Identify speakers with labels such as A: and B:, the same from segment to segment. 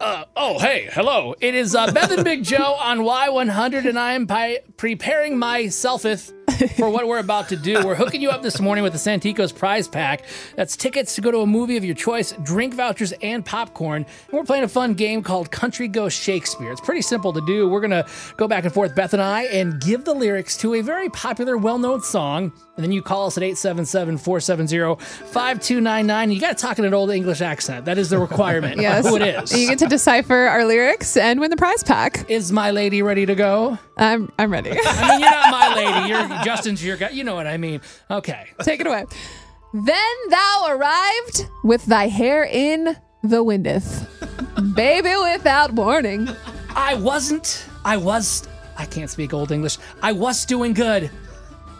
A: Uh, oh, hey, hello. It is uh, Beth and Big Joe on Y100, and I am pi- preparing myselfeth for what we're about to do. We're hooking you up this morning with the Santicos prize pack. That's tickets to go to a movie of your choice, drink vouchers, and popcorn. And we're playing a fun game called Country Go Shakespeare. It's pretty simple to do. We're going to go back and forth, Beth and I, and give the lyrics to a very popular, well known song. And then you call us at 877 470 5299. You got to talk in an old English accent. That is the requirement.
B: Yes.
A: Who it is.
B: You get to decipher our lyrics and win the prize pack.
A: Is my lady ready to go?
B: I'm, I'm ready.
A: I mean, you're not my lady. You're Justin's your guy. You know what I mean. Okay.
B: Take it away. Then thou arrived with thy hair in the windeth. Baby without warning.
A: I wasn't. I was. I can't speak Old English. I was doing good,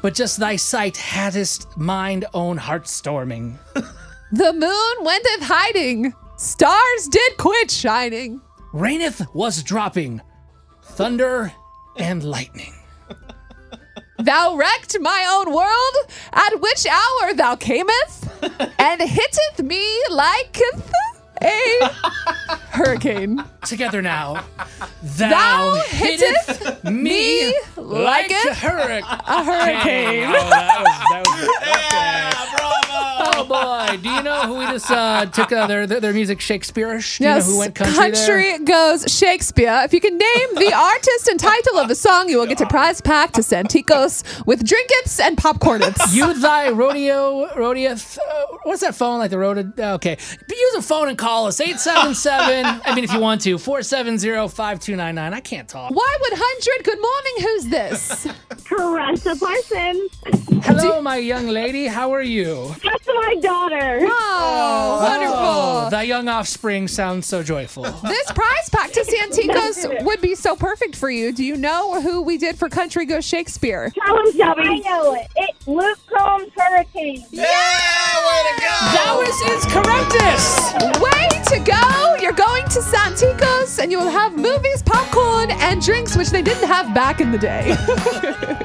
A: but just thy sight haddest mind own heart storming.
B: The moon wenteth hiding. Stars did quit shining.
A: Raineth was dropping, thunder and lightning.
B: Thou wrecked my own world, at which hour thou camest, and hitteth me like a hurricane.
A: Together now,
B: Thou
A: thou, hitteth me like a hurricane.
B: A hurricane.
A: Oh, that was- that was-
C: Yeah, bravo!
A: Oh boy! Do you know who we just uh, took uh, their their music Shakespeareish? Do
B: Yes,
A: you know who went country, there?
B: goes Shakespeare. If you can name the artist and title of a song, you will get a prize pack to Santikos with drinkets and popcornets.
A: You thy rodeo rodeoth. Uh, what's that phone like? The rodeo. Okay, But use a phone and call us eight seven seven. I mean, if you want to, 470-5299. I can't talk.
B: Why would hundred? Good morning. Who's this?
D: Caressa Parsons.
A: Hello, my young lady. How are you?
D: That's my daughter.
B: Oh,
A: Oh,
B: wonderful.
A: thy young offspring sounds so joyful.
B: this prize pack to Santikos would be so perfect for you. Do you know who we did for Country Goes Shakespeare?
D: Tell him, Shelby. I know it. It's Luke Combs Hurricane.
C: Yeah, way to go!
A: Ours is correctus.
B: Way to go! You're going to Santikos and you will have movies, popcorn, and drinks, which they didn't have back in the day.